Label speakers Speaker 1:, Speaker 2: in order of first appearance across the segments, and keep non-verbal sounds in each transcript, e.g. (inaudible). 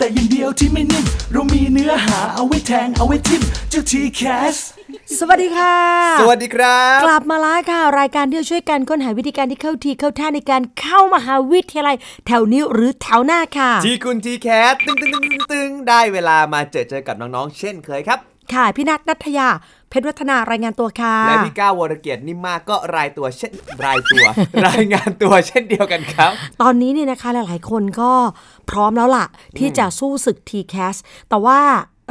Speaker 1: แต่อยังเดียวที่ไม่นิ่มเรามีเนื้อหาเอาไว้แทงเอาไว้ทิมเจ้าทีแคส
Speaker 2: สวัสดีค่ะ
Speaker 3: สวัสดีครับ
Speaker 2: กลับมาแล้วค่ะ รายการที่จะช่วยกันค้นหาวิธีการที่เข้าทีเข้าท่าในการเข้ามหาวิทยาลัย แถวนี้หรือแถวหน้าค่ะ
Speaker 3: ทีคุณทีแคสตึงตึงตึงตึงตึงได้เวลามาเจอเจอกับน้องๆ เช่นเคยครับ
Speaker 2: ค่ะ พี่นัทนัทยา เพชรวัฒนารายงานตัวค่ะ
Speaker 3: และพี่ก้าววรเกียรตินิ่มมากก็รายตัวเช่นรายตัว (laughs) รายงานตัวเช่นเดียวกันครับ
Speaker 2: ตอนนี้เนี่ยนะคะหลายๆ คนก็พร้อมแล้วล่ะ ที่จะสู้ศึก TCAS แต่ว่า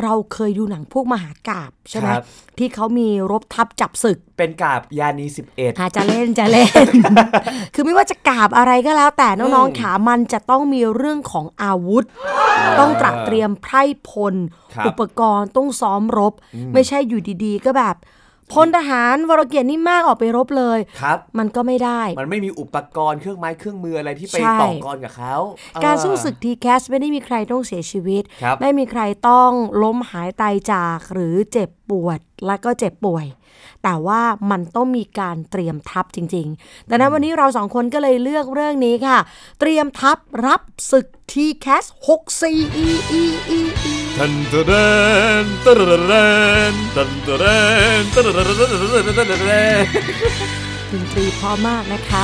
Speaker 2: เราเคยดูหนังพวกมหากาบใช่ไหม
Speaker 3: ครับ
Speaker 2: ที่เขามีรบทับจับศึก
Speaker 3: เป็นกาบยานี 11
Speaker 2: อาจจะเล่นจะเล่น (laughs) คือไม่ว่าจะกราบอะไรก็แล้วแต่น้องๆขามันจะต้องมีเรื่องของอาวุธ ต้องตระเตรียมไพร่พล
Speaker 3: ครับ
Speaker 2: อุปกรณ์ต้องซ้อมรบ ไม่ใช่อยู่ดีๆ ก็แบบพลทหารวรเกียรตินี่มากออกไปรบเลย
Speaker 3: ครับ
Speaker 2: มันก็ไม่ได้
Speaker 3: มันไม่มีอุปกรณ์เครื่องไม้เครื่องมืออะไรที่ไป
Speaker 2: ใช่
Speaker 3: ต่อกรกับเขา
Speaker 2: การสู้
Speaker 3: เออ
Speaker 2: ศึกทีแคสไม่ได้มีใครต้องเสียชีวิต
Speaker 3: ครับ
Speaker 2: ไม่มีใครต้องล้มหายตายจากหรือเจ็บปวดและก็เจ็บป่วย แต่ว่ามันต้องมีการเตรียมทัพจริงๆดังนั้นวันนี้เราสองคนก็เลยเลือกเรื่องนี้ค่ะ เตรียมทัพรับศึกทีแคส6 c e e e e
Speaker 4: ตันตะเรนตะระเรนตันตะเรนตะระเรน
Speaker 2: ดนตรีเพราะมากนะคะ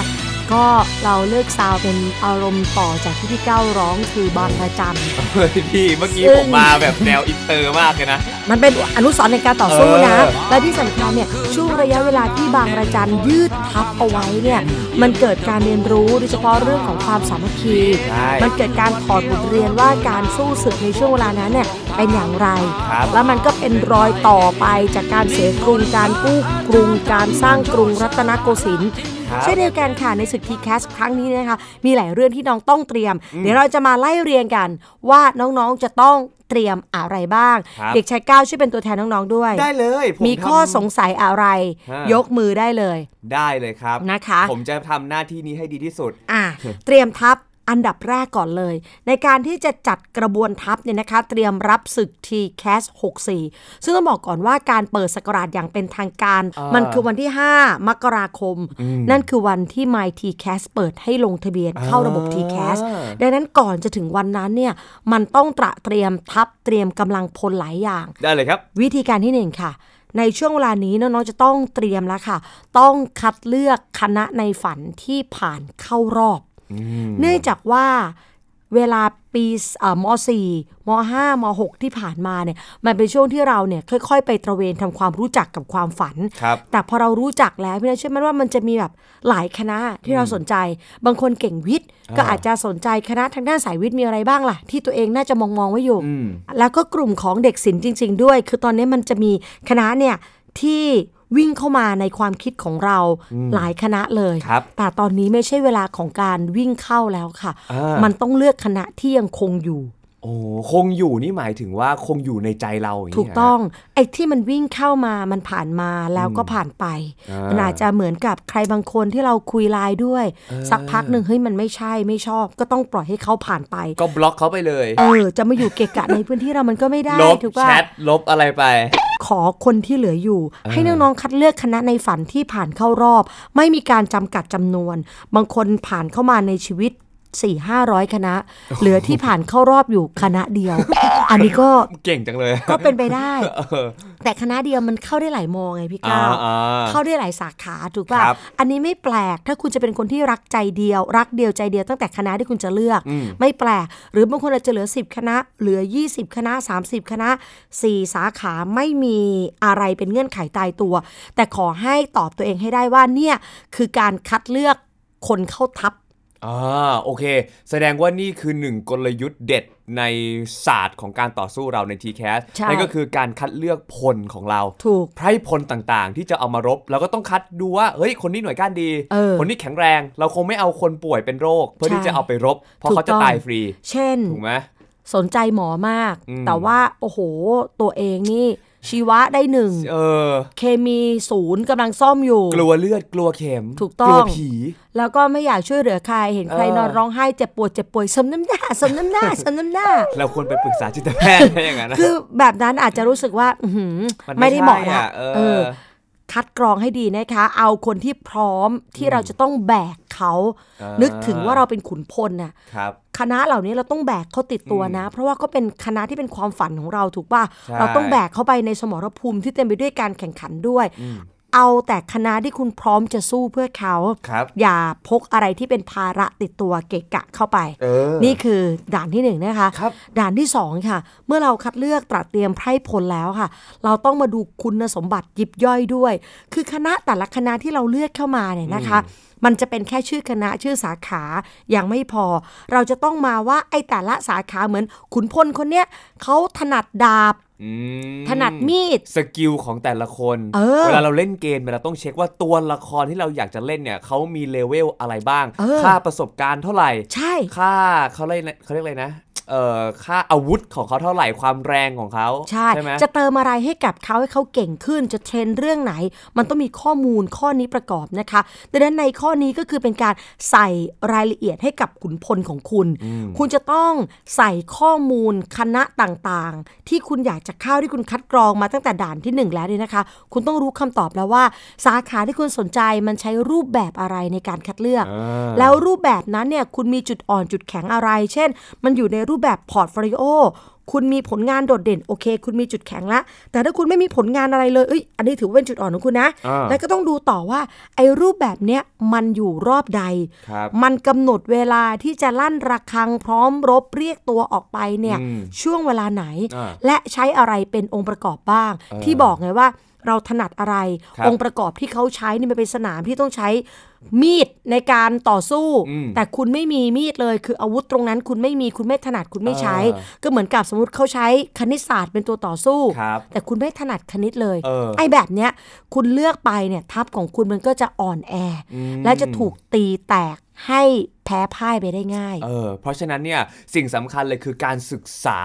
Speaker 2: ก็เราเลือกซาวด์เป็นอารมณ์ต่อจากที่พี่เก้าร้องคือบางระจัน
Speaker 3: เฮ้ยพี่เมื่อกี้
Speaker 2: ซึ่ง
Speaker 3: ผมมาแบบแนวอินเตอร์มากเลยนะ
Speaker 2: มันเป็นอนุสรณ์ในการต่อสู้นะ
Speaker 3: เออ
Speaker 2: และที่สำคัญเนี่ยช่วงระยะเวลาที่บางระจันยืดทับเอาไว้เนี่ย มันเกิดการเรียนรู้โดยเฉพาะเรื่องของความสามัคคี มันเกิดการถอดบทเรียนว่าการสู้ศึกในช่วงเวลานั้นเนี่ยเป็นอย่างไร แล้วมันก็เป็นรอยต่อไปจากการเสียกรุงการกู้กรุงการสร้างกรุงรัตนโกสินทร์เช่นเดียวกันค่ะในศึกทีแคสครั้งนี้นะคะ มีหลายเรื่องที่น้องต้องเตรียม เดี๋ยวเราจะมาไล่เรียงกัน ว่าน้องๆจะต้องเตรียมอะไรบ้าง
Speaker 3: ครับ
Speaker 2: เด็กชายก้าวช่วยเป็นตัวแทนน้องๆด้วย
Speaker 3: ได้เลยผ
Speaker 2: มี
Speaker 3: ทำ
Speaker 2: ข้อสงสัยอะไร
Speaker 3: ฮะ
Speaker 2: ยกมือได้เลย
Speaker 3: ได้เลยครับ
Speaker 2: นะคะ
Speaker 3: ผมจะทำหน้าที่นี้ให้ดีที่สุด
Speaker 2: อ่ะ เตรียมทัพอันดับแรกก่อนเลย ในการที่จะจัดกระบวนทัพเนี่ยนะคะ เตรียมรับศึก TCAS 64 ซึ่งต้องบอกก่อนว่าการเปิดสกราชอย่างเป็นทางการ
Speaker 3: อ่ามั
Speaker 2: มันคือวันที่ 5 มกราคม นั่นคือวันที่ My TCAS เปิดให้ลงทะเบียนเข้าระบบ
Speaker 3: อ่า
Speaker 2: TCAS ดังนั้นก่อนจะถึงวันนั้นเนี่ยมันต้องตระเตรียมทัพเตรียมกำลังพลหลายอย่าง
Speaker 3: ได้เลยครับ
Speaker 2: วิธีการที่หนึ่งค่ะ ในช่วงเวลานี้น้องๆจะต้องเตรียมแล้วค่ะ ต้องคัดเลือกคณะในฝันที่ผ่านเข้ารอบ เนื่องจากว่าเวลาปีสเอ่อม .4 ม .5 ม .6 ที่ผ่านมาเนี่ยมันเป็นช่วงที่เราเนี่ยค่อยๆ ไปตระเวนทำความรู้จักกับความฝัน
Speaker 3: ครับ
Speaker 2: แต่พอเรารู้จักแล้วพี่นายเชื่อไหมันว่ามันจะมีแบบหลายคณะที่เราสนใจ บางคนเก่งวิทย์ ก็อาจจะสนใจคณะทางด้านสายวิทย์มีอะไรบ้างล่ะ ที่ตัวเองน่าจะมองมองๆไว้อยู่ แล้วก็กลุ่มของเด็กศิลป์จริง ๆ ด้วย คือตอนนี้มันจะมีคณะเนี่ยที่วิ่งเข้ามาในความคิดของเราหลายคณะเลย
Speaker 3: ครับ
Speaker 2: แต่ตอนนี้ไม่ใช่เวลาของการวิ่งเข้าแล้วค่ะ
Speaker 3: อ่ามั
Speaker 2: มันต้องเลือกคณะที่ยังคงอยู่
Speaker 3: โอ้คงอยู่นี่หมายถึงว่าคงอยู่ในใจเราอย่างนี้
Speaker 2: ถูก
Speaker 3: ฮะ
Speaker 2: ต้องไอ้ที่มันวิ่งเข้ามามันผ่านมาแล้วก็ผ่านไป มันอาจจะเหมือนกับใครบางคนที่เราคุยไลน์ด้วย สักพักหนึ่งเฮ้ยมันไม่ใช่ไม่ชอบ ก็ต้องปล่อยให้เขาผ่านไป
Speaker 3: ก็บล็อกเขาไปเลย
Speaker 2: เออจะมาอยู่เกะกะในพื้นที่เรามันก็ไม่ได้
Speaker 3: ลบ
Speaker 2: ถูก
Speaker 3: แช
Speaker 2: ป่ะ
Speaker 3: ทลบอะไรไป
Speaker 2: ขอคนที่เหลืออยู่ ให้น้องๆคัดเลือกคณะในฝันที่ผ่านเข้ารอบ ไม่มีการจำกัดจำนวน บางคนผ่านเข้ามาในชีวิต4 5 0 0 คณะ เหลือที่ผ่านเข้ารอบอยู่คณะเดียว อันนี้
Speaker 3: (laughs)
Speaker 2: ก็
Speaker 3: เก่งจังเลย
Speaker 2: ก็เป็นไปได้
Speaker 3: เออ
Speaker 2: แต่คณะเดียวมันเข้าได้หลายมองไงพี่ก้าว
Speaker 3: อ่าอ่า
Speaker 2: เข้าได้หลายสาขาถูกป่ะ
Speaker 3: ครับ
Speaker 2: อันนี้ไม่แปลกถ้าคุณจะเป็นคนที่รักใจเดียว รักเดียวใจเดียวตั้งแต่คณะที่คุณจะเลือก ไม่แปลก หรือบางคนอาจจะเหลือ 10 คณะ เหลือ 20 คณะ 30 คณะ 4 สาขาไม่มีอะไรเป็นเงื่อนไขตายตัว แต่ขอให้ตอบตัวเองให้ได้ว่าเนี่ยคือการคัดเลือกคนเข้าทัพ
Speaker 3: อ่าโอเค แสดงว่านี่คือหนึ่งกลยุทธ์เด็ดในศาสตร์ของการต่อสู้เราใน TCAS
Speaker 2: ใช่
Speaker 3: นั่นก็คือการคัดเลือกพลของเรา
Speaker 2: ถูก
Speaker 3: ไพรพลต่างๆ ที่จะเอามารบ เราก็ต้องคัดดูว่า เฮ้ย คนนี้หน่วยก้านดี
Speaker 2: เออ
Speaker 3: คนนี้แข็งแรง เราคงไม่เอาคนป่วยเป็นโรค เพื่อ
Speaker 2: ใช่
Speaker 3: ที่จะเอาไปรบ เพราะเขาจะตายฟรี
Speaker 2: เช่น
Speaker 3: ถูกไหม
Speaker 2: สนใจหมอมาก แต่ว่าโอ้โห ตัวเองนี่ ชีวะได้หนึ่ง
Speaker 3: เออ
Speaker 2: เคมีศูนย์กำลังซ่อมอยู่
Speaker 3: กลัวเลือดกลัวเข็ม
Speaker 2: ถูกต้อง
Speaker 3: ลัวผี
Speaker 2: แล้วก็ไม่อยากช่วยเหลือใครเห็นใคร
Speaker 3: เออ
Speaker 2: นอนร้องไห้เจ็บปวดเจ็บป่วยสมน้ำหน้าสมน้ำหน้าสมน้ำหน้า
Speaker 3: เราควรไปปรึกษาจิตแพทย์ (laughs) อะไรอย่างนั้นนะ
Speaker 2: คือแบบนั้นอาจจะรู้สึกว่า อื้อหือน ไม่ได้เหมาะนะ
Speaker 3: ใช่อเอ
Speaker 2: เอ
Speaker 3: อ
Speaker 2: อ คัดกรองให้ดีนะคะ เอาคนที่พร้อมที่เราจะต้องแบกเขา
Speaker 3: อ่านึ
Speaker 2: นึกถึงว่าเราเป็นขุนพลน่ะ
Speaker 3: ครับ
Speaker 2: คณะเหล่านี้เราต้องแบกเขาติดตัวนะ เพราะว่าเขาเป็นคณะที่เป็นความฝันของเราถูกป่ะ
Speaker 3: ใช่
Speaker 2: เราต้องแบกเขาไปในสมรภูมิที่เต็มไปด้วยการแข่งขันด้วย เอาแต่คณะที่คุณพร้อมจะสู้เพื่อเขา
Speaker 3: ครับ
Speaker 2: อย่าพกอะไรที่เป็นภาระติดตัวเกะกะเข้าไป
Speaker 3: เออ
Speaker 2: นี่คือด่านที่หนึ่งนะคะ
Speaker 3: ครับ
Speaker 2: ด่านที่สองค่ะ เมื่อเราคัดเลือกตรัสเตรียมไพร่พลแล้วค่ะ เราต้องมาดูคุณสมบัติยิบย่อยด้วย คือคณะแต่ละคณะที่เราเลือกเข้ามาเนี่ยนะคะ มันจะเป็นแค่ชื่อคณะชื่อสาขายังไม่พอ เราจะต้องมาว่าไอ้แต่ละสาขาเหมือนขุนพลคนเนี้ยเขาถนัดดาบ
Speaker 3: อืม
Speaker 2: ถนัดมีด
Speaker 3: สกิลของแต่ละคน
Speaker 2: เออ
Speaker 3: ลาเราเล่นเกมเนี่ยเราต้องเช็คว่าตัวละครที่เราอยากจะเล่นเนี่ยเขามีเลเวลอะไรบ้าง
Speaker 2: เออ
Speaker 3: ค่าประสบการณ์เท่าไหร่
Speaker 2: ใช่
Speaker 3: ค่าเขาเรียกอะไรเขาเรียกอะไรนะ เอ่อ ค่าอาวุธของเขาเท่าไหร่ ความแรงของเขา
Speaker 2: ใช่
Speaker 3: ไหม
Speaker 2: จะเติมอะไรให้กับเขาให้เขาเก่งขึ้น จะเทรนเรื่องไหน มันต้องมีข้อมูลข้อนี้ประกอบนะคะ ดังนั้นในข้อนี้ก็คือเป็นการใส่รายละเอียดให้กับขุนพลของคุณ คุณจะต้องใส่ข้อมูลคณะต่างๆ ที่คุณอยากจะเข้าที่คุณคัดกรองมาตั้งแต่ด่านที่หนึ่งแล้วเนี่ยนะคะ คุณต้องรู้คำตอบแล้วว่า สาขาที่คุณสนใจมันใช้รูปแบบอะไรในการคัดเลือก
Speaker 3: อ่า
Speaker 2: แล้วรูปแบบนั้นเนี่ยคุณมีจุดอ่อนจุดแข็งอะไร เช่น มันอยู่ในรูปแบบพอร์ตโฟลิโอ คุณมีผลงานโดดเด่นโอเค คุณมีจุดแข็งละ แต่ถ้าคุณไม่มีผลงานอะไรเลยเอ้ยอันนี้ถือว่าเป็นจุดอ่อนของคุณนะ
Speaker 3: อ่า
Speaker 2: แล้วก็ต้องดูต่อว่า ไอ้รูปแบบเนี้ยมันอยู่รอบใด
Speaker 3: ครับ
Speaker 2: มันกำหนดเวลาที่จะลั่นระฆังพร้อมรบเรียกตัวออกไปเนี่ยช่วงเวลาไหน
Speaker 3: อ่า
Speaker 2: และใช้อะไรเป็นองค์ประกอบบ้าง ที่บอกไงว่าเราถนัดอะไร
Speaker 3: ครับ
Speaker 2: องค์ประกอบที่เขาใช้เนี่ยมันเป็นสนามที่ต้องใช้มีดในการต่อสู้ แต่คุณไม่มีมีดเลยคืออาวุธตรงนั้น คุณไม่มีคุณไม่ถนัดคุณไม่ใช้ ก็เหมือนกับสมมติเขาใช้คณิตศาสตร์เป็นตัวต่อสู้
Speaker 3: ครับ
Speaker 2: แต่คุณไม่ถนัดคณิตเลย
Speaker 3: เออ
Speaker 2: ไอ้แบบเนี้ย คุณเลือกไปเนี่ยทัพของคุณมันก็จะอ่อนแออ
Speaker 3: ม
Speaker 2: และจะถูกตีแตกให้แพ้พ่ายไปได้ง่าย
Speaker 3: เออ เพราะฉะนั้นเนี่ยสิ่งสำคัญเลยคือการศึกษา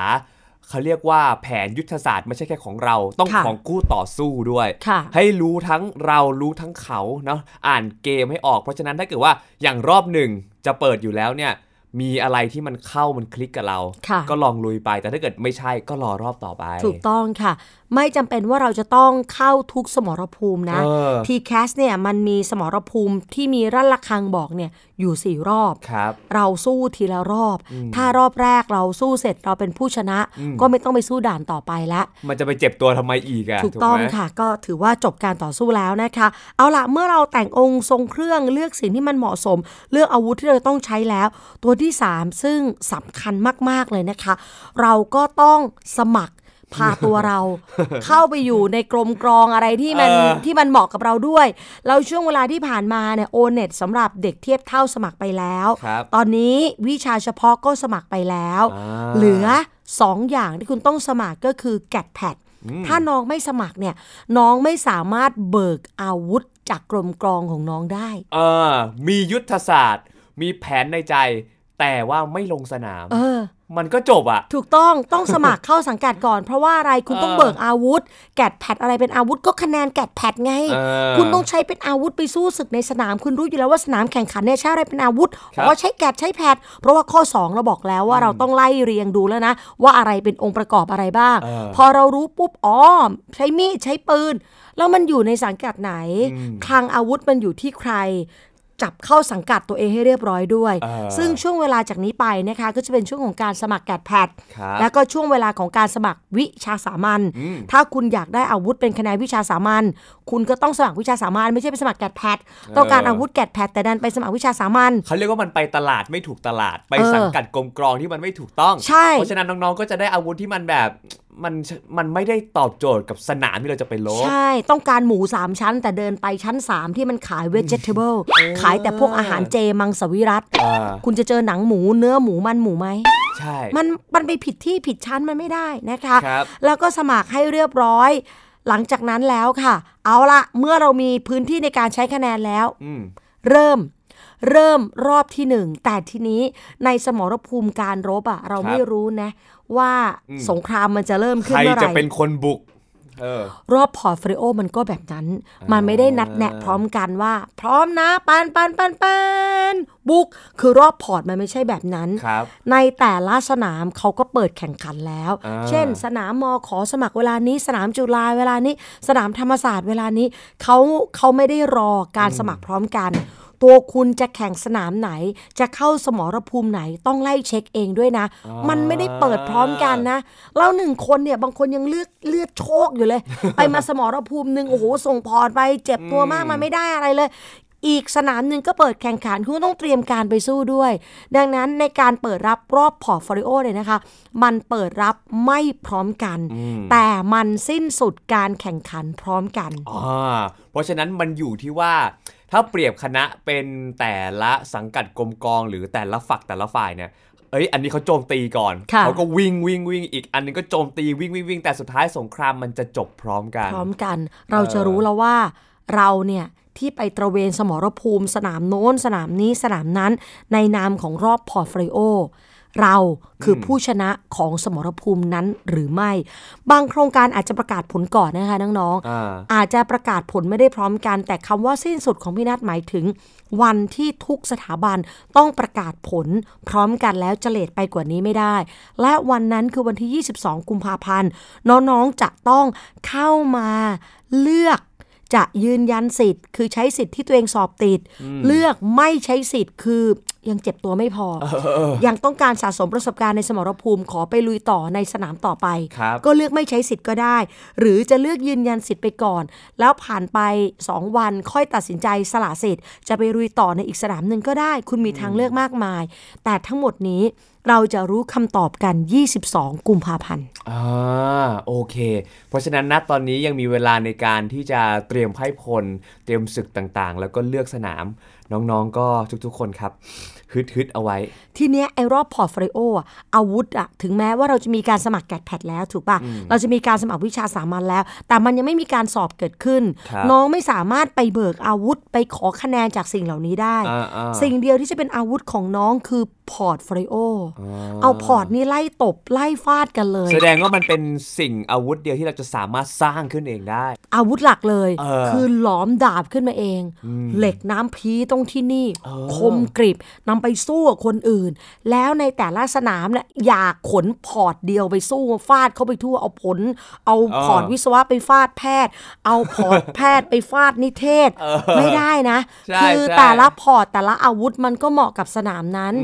Speaker 3: เขาเรียกว่าแผนยุทธศาสตร์ไม่ใช่แค่ของเรา ต้อง
Speaker 2: ค่ะ
Speaker 3: ของคู่ต่อสู้ด้วย
Speaker 2: ค่ะ
Speaker 3: ให้รู้ทั้งเรารู้ทั้งเขาเนาะอ่านเกมให้ออก เพราะฉะนั้นถ้าเกิดว่าอย่างรอบหนึ่งจะเปิดอยู่แล้วเนี่ย มีอะไรที่มันเข้ามันคลิกกับเรา
Speaker 2: ค่ะ
Speaker 3: ก็ลองลุยไปแต่ถ้าเกิดไม่ใช่ก็รอรอบต่อไป
Speaker 2: ถูกต้องค่ะ ไม่จำเป็นว่าเราจะต้องเข้าทุกสมรภูมินะ
Speaker 3: เออ
Speaker 2: TCAS เนี่ยมันมีสมรภูมิที่มีรั่นระคังบอกเนี่ยอยู่สี่รอบ
Speaker 3: ครับ
Speaker 2: เราสู้ทีละรอบ ถ้ารอบแรกเราสู้เสร็จเราเป็นผู้ชนะ ก็ไม่ต้องไปสู้ด่านต่อไปละ
Speaker 3: มันจะไปเจ็บตัวทำไมอีกอะ
Speaker 2: ถูกต้อง
Speaker 3: ไหม
Speaker 2: ค่ะก็ถือว่าจบการต่อสู้แล้วนะคะ เอาละเมื่อเราแต่งองค์ทรงเครื่องเลือกสิ่งที่มันเหมาะสม เลือกอาวุธที่เราจะต้องใช้แล้ว ตัวที่ 3 ซึ่งสำคัญมาก ๆ เลยนะคะ เราก็ต้องสมัครพาตัวเรา
Speaker 3: (laughs)
Speaker 2: เข้าไปอยู่ในกรมกรองอะไรที่มัน
Speaker 3: เออ
Speaker 2: ที่มันเหมาะกับเราด้วย เราช่วงเวลาที่ผ่านมาเนี่ยโอเน็ตสำหรับเด็กเทียบเท่าสมัครไปแล้ว
Speaker 3: ครับ
Speaker 2: ตอนนี้วิชาเฉพาะก็สมัครไปแล้ว
Speaker 3: อ่า
Speaker 2: เหลือ 2 อย่างที่คุณต้องสมัครก็คือแกดแพดถ้าน้องไม่สมัครเนี่ย น้องไม่สามารถเบิกอาวุธจากกรมกรองของน้องได้
Speaker 3: เออมียุทธศาสตร์ มีแผนในใจ แต่ว่าไม่ลงสนาม
Speaker 2: เออ
Speaker 3: มันก็จบอะ
Speaker 2: ถูกต้องต้องสมัครเข้าสังกัดก่อน เพราะว่าอะไรคุณต้อง
Speaker 3: เออ
Speaker 2: เบิกอาวุธ แกดแพดอะไรเป็นอาวุธก็คะแนนแกดแพดไง
Speaker 3: เออ
Speaker 2: คุณต้องใช้เป็นอาวุธไปสู้ศึกในสนาม คุณรู้อยู่แล้วว่าสนามแข่งขันเนี่ยใช้อะไรเป็นอาวุธ
Speaker 3: ครับ
Speaker 2: อ๋อใช้แกดใช้แพดเพราะว่าข้อ 2 เราบอกแล้วว่าเราต้องไล่เรียงดูแล้วนะ ว่าอะไรเป็นองค์ประกอบอะไรบ้าง พอเรารู้ปุ๊บอ๋อใช้มีดใช้ปืน แล้วมันอยู่ในสังกัดไหนคลังอาวุธมันอยู่ที่ใคร จับเข้าสังกัดตัวเองให้เรียบร้อยด้วย
Speaker 3: เออ
Speaker 2: ซึ่งช่วงเวลาจากนี้ไปนะคะก็จะเป็นช่วงของการสมัครแกดแพด
Speaker 3: ครับ
Speaker 2: แล้วก็ช่วงเวลาของการสมัครวิชาสามัญ ถ้าคุณอยากได้อาวุธเป็นคะแนนวิชาสามัญ คุณก็ต้องสมัครวิชาสามัญไม่ใช่ไปสมัครแกดแพด ต้องการอาวุธแกดแพดแต่ดันไปสมัครวิชาสามัญ
Speaker 3: เขาเรียกว่ามันไปตลาดไม่ถูกตลาด ไป
Speaker 2: เออ
Speaker 3: สังกัดกรมกรองที่มันไม่ถูกต้อง
Speaker 2: ใช่
Speaker 3: เพราะฉะนั้นน้องๆ ก็จะได้อาวุธที่มันแบบมันมันไม่ได้ตอบโจทย์กับสนามที่เราจะไปลบ
Speaker 2: ใช่ ต้องการหมู 3 ชั้น แต่เดินไปชั้น 3 ที่มันขายเวจเทเบิลขายแต่พวกอาหารเจมังสวิรัต
Speaker 3: อ่า
Speaker 2: คุณจะเจอหนังหมูเนื้อหมูมันหมูไหม
Speaker 3: ใช่
Speaker 2: มันมันไปผิดที่ผิดชั้นมันไม่ได้นะคะ
Speaker 3: ครับ
Speaker 2: แล้วก็สมัครให้เรียบร้อย หลังจากนั้นแล้วค่ะ เอาละเมื่อเรามีพื้นที่ในการใช้คะแนนแล้ว
Speaker 3: อืม
Speaker 2: เริ่ม เริ่มรอบที่หนึ่งแต่ทีนี้ในสมรภูมิการรบอะเรา
Speaker 3: ครับ
Speaker 2: ไม่รู้นะ ว่า
Speaker 3: อืม
Speaker 2: สงครามมันจะเริ่ม
Speaker 3: ใค
Speaker 2: ขึ้น
Speaker 3: ร
Speaker 2: เมื่อไห
Speaker 3: จะ
Speaker 2: ร่
Speaker 3: เป็นคนบุก เออ
Speaker 2: รอบพอร์ตโฟลิโอมันก็แบบนั้น มันไม่ได้นัดแนะพร้อมกันว่า พร้อมนะปันปันปันปันบุก คือรอบพอร์ตมันไม่ใช่แบบนั้น
Speaker 3: ครับ
Speaker 2: ในแต่ละสนามเขาก็เปิดแข่งขันแล้ว
Speaker 3: อ่า
Speaker 2: เช่น สนามมอขอสมัครเวลานี้ สนามจุฬาเวลานี้ สนามธรรมศาสตร์เวลานี้เขาเขาไม่ได้รอการสมัครพร้อมกัน ตัวคุณจะแข่งสนามไหน จะเข้าสมรภูมิไหนต้องไล่เช็คเองด้วยนะ มันไม่ได้เปิดพร้อมกันนะแล้วหนึ่งคนเนี่ยบางคนยังเลือดเลือดโชคอยู่เลย (laughs) ไปมาสมรภูมิหนึ่งโอ้โหส่งพอร์ตไปเจ็บตัวมากมันไม่ได้อะไรเลย อีกสนามหนึ่งก็เปิดแข่งขันคุณก็ต้องเตรียมการไปสู้ด้วย ดังนั้นในการเปิดรับรอบพอร์ตโฟลิโอเนี่ยนะคะ มันเปิดรับไม่พร้อมกัน แต่มันสิ้นสุดการแข่งขันพร้อมกัน
Speaker 3: อ่าเพราะฉะนั้นมันอยู่ที่ว่า ถ้าเปรียบคณะเป็นแต่ละสังกัดกรมกองหรือแต่ละฝักแต่ละฝ่ายเนี่ยเอ้ย อันนี้เขาโจมตีก่อน
Speaker 2: ค่ะ
Speaker 3: เขาก็วิ่งวิ่งวิ่งอีกอันหนึงก็โจมตีวิ่งวิ่งวิ่งแต่สุดท้ายสงครามมันจะจบพร้อมกัน
Speaker 2: พร้อมกันเราจะรู้แล้วว่าเราเนี่ย ที่ไปตระเวนสมรภูมิ สนามโน้น สนามนี้สนามนั้น ในนามของรอบพอร์ตโฟลิโอ เราคือผู้ชนะของสมรภูมินั้นหรือไม่ บางโครงการอาจจะประกาศผลก่อนนะคะน้อง
Speaker 3: อ่า
Speaker 2: อาจจะประกาศผลไม่ได้พร้อมกัน แต่คำว่าสิ้นสุดของพี่นัทหมายถึง วันที่ทุกสถาบันต้องประกาศผล พร้อมกันแล้วจะเลทไปกว่านี้ไม่ได้ และวันนั้นคือวันที่ 22 กุมภาพันธ์น้องๆจะต้องเข้ามาเลือก จะยืนยันสิทธิ์ คือใช้สิทธิ์ที่ตัวเองสอบติด เลือกไม่ใช้สิทธิ์คือยังเจ็บตัวไม่พอ ยังต้องการสะสมประสบการณ์ในสมรภูมิขอไปลุยต่อในสนามต่อไป
Speaker 3: ครับ
Speaker 2: ก็เลือกไม่ใช้สิทธิ์ก็ได้ หรือจะเลือกยืนยันสิทธิ์ไปก่อน แล้วผ่านไป 2 วันค่อยตัดสินใจสละสิทธิ์ จะไปลุยต่อในอีกสนามหนึ่งก็ได้ คุณมีทางเลือกมากมาย แต่ทั้งหมดนี้เราจะรู้คำตอบกัน 22 กุมภาพันธ์
Speaker 3: อ่าโอเค เพราะฉะนั้นนะตอนนี้ยังมีเวลาในการที่จะเตรียมไพร่พล เตรียมศึกต่างๆ แล้วก็เลือกสนามน้องๆก็ทุกๆ คนครับฮึดฮึดเอาไว้
Speaker 2: ทีเนี้ยไอรอบพอร์ตโฟลิโออะอาวุธอะถึงแม้ว่าเราจะมีการสมัครแกดแพดแล้วถูกป่ะ เราจะมีการสมัครวิชาสามัญแล้ว แต่มันยังไม่มีการสอบเกิดขึ้น
Speaker 3: ครับ
Speaker 2: น้องไม่สามารถไปเบิกอาวุธไปขอคะแนนจากสิ่งเหล่านี้ได้
Speaker 3: อ่าๆ
Speaker 2: สิ่งเดียวที่จะเป็นอาวุธของน้องคือพอร์ตโฟลิโอเอาพอร์ตนี่ไล่ตบไล่ฟาดกันเลย
Speaker 3: แสดงว่ามันเป็นสิ่งอาวุธเดียวที่เราจะสามารถสร้างขึ้นเองได้
Speaker 2: อาวุธหลักเลย
Speaker 3: เออ
Speaker 2: คือหลอมดาบขึ้นมาเอง เหล็กน้ำพีตรงที่นี่ คมกริบนำไปสู้กับคนอื่น แล้วในแต่ละสนามเนี่ยอยากขนพอร์ตเดียวไปสู้ฟาดเข้าไปทั่วเอาผล เอาพอร์ตวิศวะไปฟาดแพทย์ เอาพอร์ต แพทย์ไปฟาดนิเทศ ไม่ได้นะ
Speaker 3: ใช่
Speaker 2: คือ
Speaker 3: ใช่
Speaker 2: แต่ละพอร์ตแต่ละอาวุธมันก็เหมาะกับสนามนั้น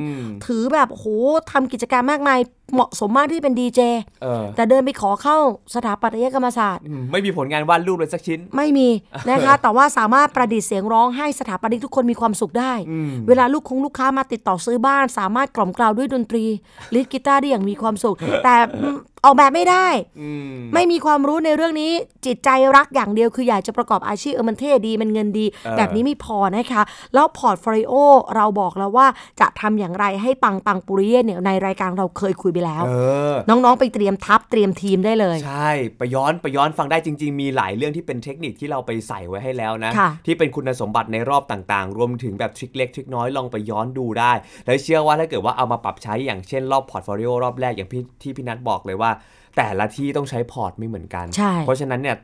Speaker 2: ถือแบบโหทำกิจกรรมมากมายเหมาะสมมากที่เป็นดีเจ
Speaker 3: เออ
Speaker 2: แต่เดินไปขอเข้าสถาปัตยกรรมศาสตร์
Speaker 3: อืมไม่มีผลงานวาดรูปเลยสักชิ้น
Speaker 2: ไม่มีนะคะ แต่ว่าสามารถประดิษฐ์เสียงร้องให้สถาปนิกทุกคนมีความสุขได้ เวลาลูกคงลูกค้ามาติดต่อซื้อบ้าน สามารถกล่อมกล่าวด้วยดนตรีลิดกีตาร์ได้อย่างมีความสุข แต่อืมออกแบบไม่ได้ ไม่มีความรู้ในเรื่องนี้จิตใจรักอย่างเดียวคืออยากจะประกอบอาชีพเออมันเท่ดีมันเงินดี แบบนี้ไม่พอนะคะ แล้วพอร์ตโฟลิโอเราบอกแล้วว่าจะทำอย่างไรให้ปังปังปุริเย่เนี่ยในรายการเราเคยคุยไปแล้ว
Speaker 3: เออ
Speaker 2: น้องๆ ไปเตรียมทัพเตรียมทีมได้เลย
Speaker 3: ใช่ ไปย้อนไปย้อนฟังได้จริง ๆ มีหลายเรื่องที่เป็นเทคนิคที่เราไปใส่ไว้ให้แล้วนะ
Speaker 2: ค่ะ
Speaker 3: ที่เป็นคุณสมบัติในรอบต่างๆ รวมถึงแบบทริคเล็กทริคน้อยลองไปย้อนดูได้ แล้วเชื่อว่าถ้าเกิดว่าเอามาปรับใช้อย่างเช่นรอบพอร์ตโฟลิโอรอบแรกอย่างพี่ที่พี่นัทบอกเลยว่า แต่ละที่ต้องใช้พอร์ตไม่เหมือนกัน
Speaker 2: ใช่
Speaker 3: เพราะฉะนั้นเนี่ย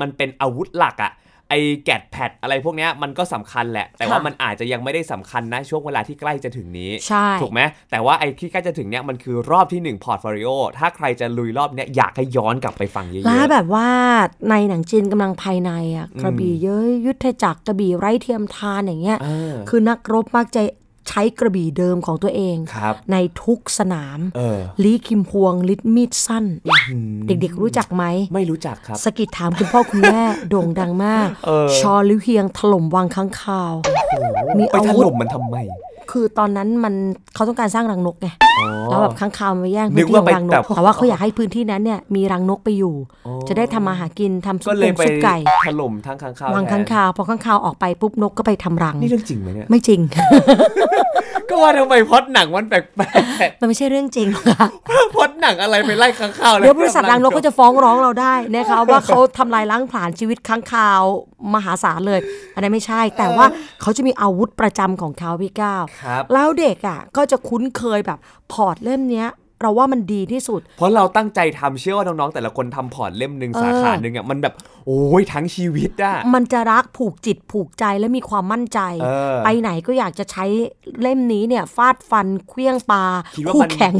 Speaker 3: มันเป็นอาวุธหลักอะไอแกดแพดอะไรพวกเนี้ยมันก็สำคัญแหละ แต่ว่า
Speaker 2: ค่ะ
Speaker 3: มันอาจจะยังไม่ได้สำคัญนะช่วงเวลาที่ใกล้จะถึงนี้
Speaker 2: ใช่
Speaker 3: ถูกไหมแต่ว่าไอที่ใกล้จะถึงเนี้ยมันคือรอบที่1พอร์ตโฟลิโอถ้าใครจะลุยรอบเนี้ยอยากให้ย้อนกลับไปฟังเยอะ
Speaker 2: แล้ว
Speaker 3: ๆ
Speaker 2: แบบว่าในหนังจีนกำลังภายในอ่ะกระบี่เย้ยยุทธจักรกระบี่ไร้เทียมทานอย่างเงี้ย
Speaker 3: เออ
Speaker 2: คือนักรบมักจะใช้กระบี่เดิมของตัวเอง
Speaker 3: ครับ
Speaker 2: ในทุกสนาม
Speaker 3: เออ
Speaker 2: ลีคิมพวงลิดมีดสั้น เด็กๆรู้จักไหม
Speaker 3: ไม่รู้จักครับ
Speaker 2: สกิดถามคุณพ่อคุณแม่ (laughs) โด่งดังมาก ชอลิวเฮียงถล่มวังค้างคาว มี
Speaker 3: ไป
Speaker 2: อา
Speaker 3: ถ
Speaker 2: วุธ
Speaker 3: ล่มมันทำไม
Speaker 2: คือตอนนั้นมันเขาต้องการสร้างรังนกไงแล้วแบบค้างคาวมาแย่ง
Speaker 3: นึ
Speaker 2: พื้น
Speaker 3: ก
Speaker 2: ที่
Speaker 3: ว่า
Speaker 2: ขอ
Speaker 3: ไป
Speaker 2: งรังน
Speaker 3: แบ
Speaker 2: ก
Speaker 3: บ
Speaker 2: แต่ว่าเขาอยากให้พื้นที่นั้นเนี่ยมีรังนกไปอยู่ จะได้ทำมาหากินทำซุ
Speaker 3: ก็
Speaker 2: ป
Speaker 3: เลย
Speaker 2: ง
Speaker 3: ไป
Speaker 2: ซุปไก่
Speaker 3: ถล่มทั้งค้างคาว
Speaker 2: วาง
Speaker 3: แทน
Speaker 2: ค้างคาวพอค้างคาวออกไปปุ๊บนกก็ไปทำรัง
Speaker 3: นี่เรื่องจริงไหมเนี่ย
Speaker 2: ไม่จริง (laughs)
Speaker 3: ก็ว่าทำไมพล็อดหนังมันแปลก
Speaker 2: มันไม่ใช่เรื่องจริงหรอกค่ะ
Speaker 3: ๆพล็อดหนังอะไรไปไล่ค้างคาวแล้
Speaker 2: เดี๋ยวบริษัทรังนกก็จะฟ้องร้องเราได้
Speaker 3: (laughs)
Speaker 2: นะคะว่าเขาทำลายล้างผลาญชีวิตค้างคาวมหาศาลเลย อันนั้นไม่ใช่ แต่ว่าเขาจะมีอาวุธประจำของเขาพี่ก้าว
Speaker 3: ครับ
Speaker 2: แล้วเด็กอ่ะก็จะคุ้นเคยแบบพอร์ตเล่มเนี้ย เราว่ามันดีที่สุด
Speaker 3: เพราะเราตั้งใจทำเชื่อว่าน้องๆ แต่ละคนทำพอร์ตเล่มหนึ่ง
Speaker 2: เออ
Speaker 3: สาขาหนึ่งอ่ะมันแบบโอ้ยทั้งชีวิตอ่ะ
Speaker 2: มันจะรักผูกจิตผูกใจและมีความมั่นใจ
Speaker 3: เออ
Speaker 2: ไปไหนก็อยากจะใช้เล่มนี้เนี่ยฟาดฟันเคลี้ยงปลา
Speaker 3: คิดว่า
Speaker 2: คู่
Speaker 3: มัน
Speaker 2: แข่ง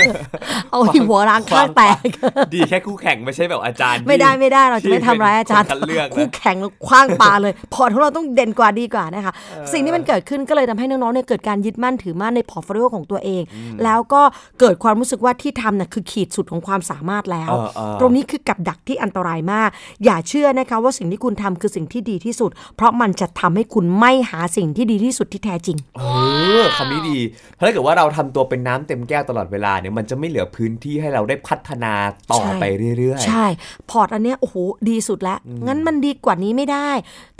Speaker 3: (laughs)
Speaker 2: เอาหัวร้างข้างแตก
Speaker 3: ดีแค่คู่แข่งไม่ใช่แบบอาจารย์ที่
Speaker 2: ไม่ได้ไม่ได้เราจะไม่
Speaker 3: ที่
Speaker 2: ทำร้ายอาจารย์
Speaker 3: เป็นคนคัดเลือก
Speaker 2: คู่
Speaker 3: นะ
Speaker 2: แข่งเราคว้างปลาเลย พอร์ตของเราต้องเด่นกว่าดีกว่านะคะ สิ่งที่มันเกิดขึ้นก็เลยทำให้น้องๆเนี่ยเกิดการยึดมั่นถือมั่นในพอร์ตโฟลิโอของตัวเอง แล้วก็เกิดความรู้สึกว่าที่ทำน่ะคือขีดสุดของความสามารถแล้ว
Speaker 3: เออเออ
Speaker 2: ตรงนี้คือกับดักที่อันตรายมาก อย่าเชื่อนะคะว่าสิ่งที่คุณทำคือสิ่งที่ดีที่สุด เพราะมันจะทำให้คุณไม่หาสิ่งที่ดีที่สุดที่แท้จริง
Speaker 3: เออคำนี้ดีเพราะถ้าเกิดว่าเราทำตัวเป็นน้ำเต็มแก้วตลอดเวลาเนี่ยมันจะไม่เหลือพื้นที่ให้เราได้พัฒนาต่อ
Speaker 2: ใช่
Speaker 3: ไปเรื่อยๆ
Speaker 2: ใช่ พอร์ตอันเนี้ยโอ้โหดีสุดแล้ว งั้นมันดีกว่านี้ไม่ได้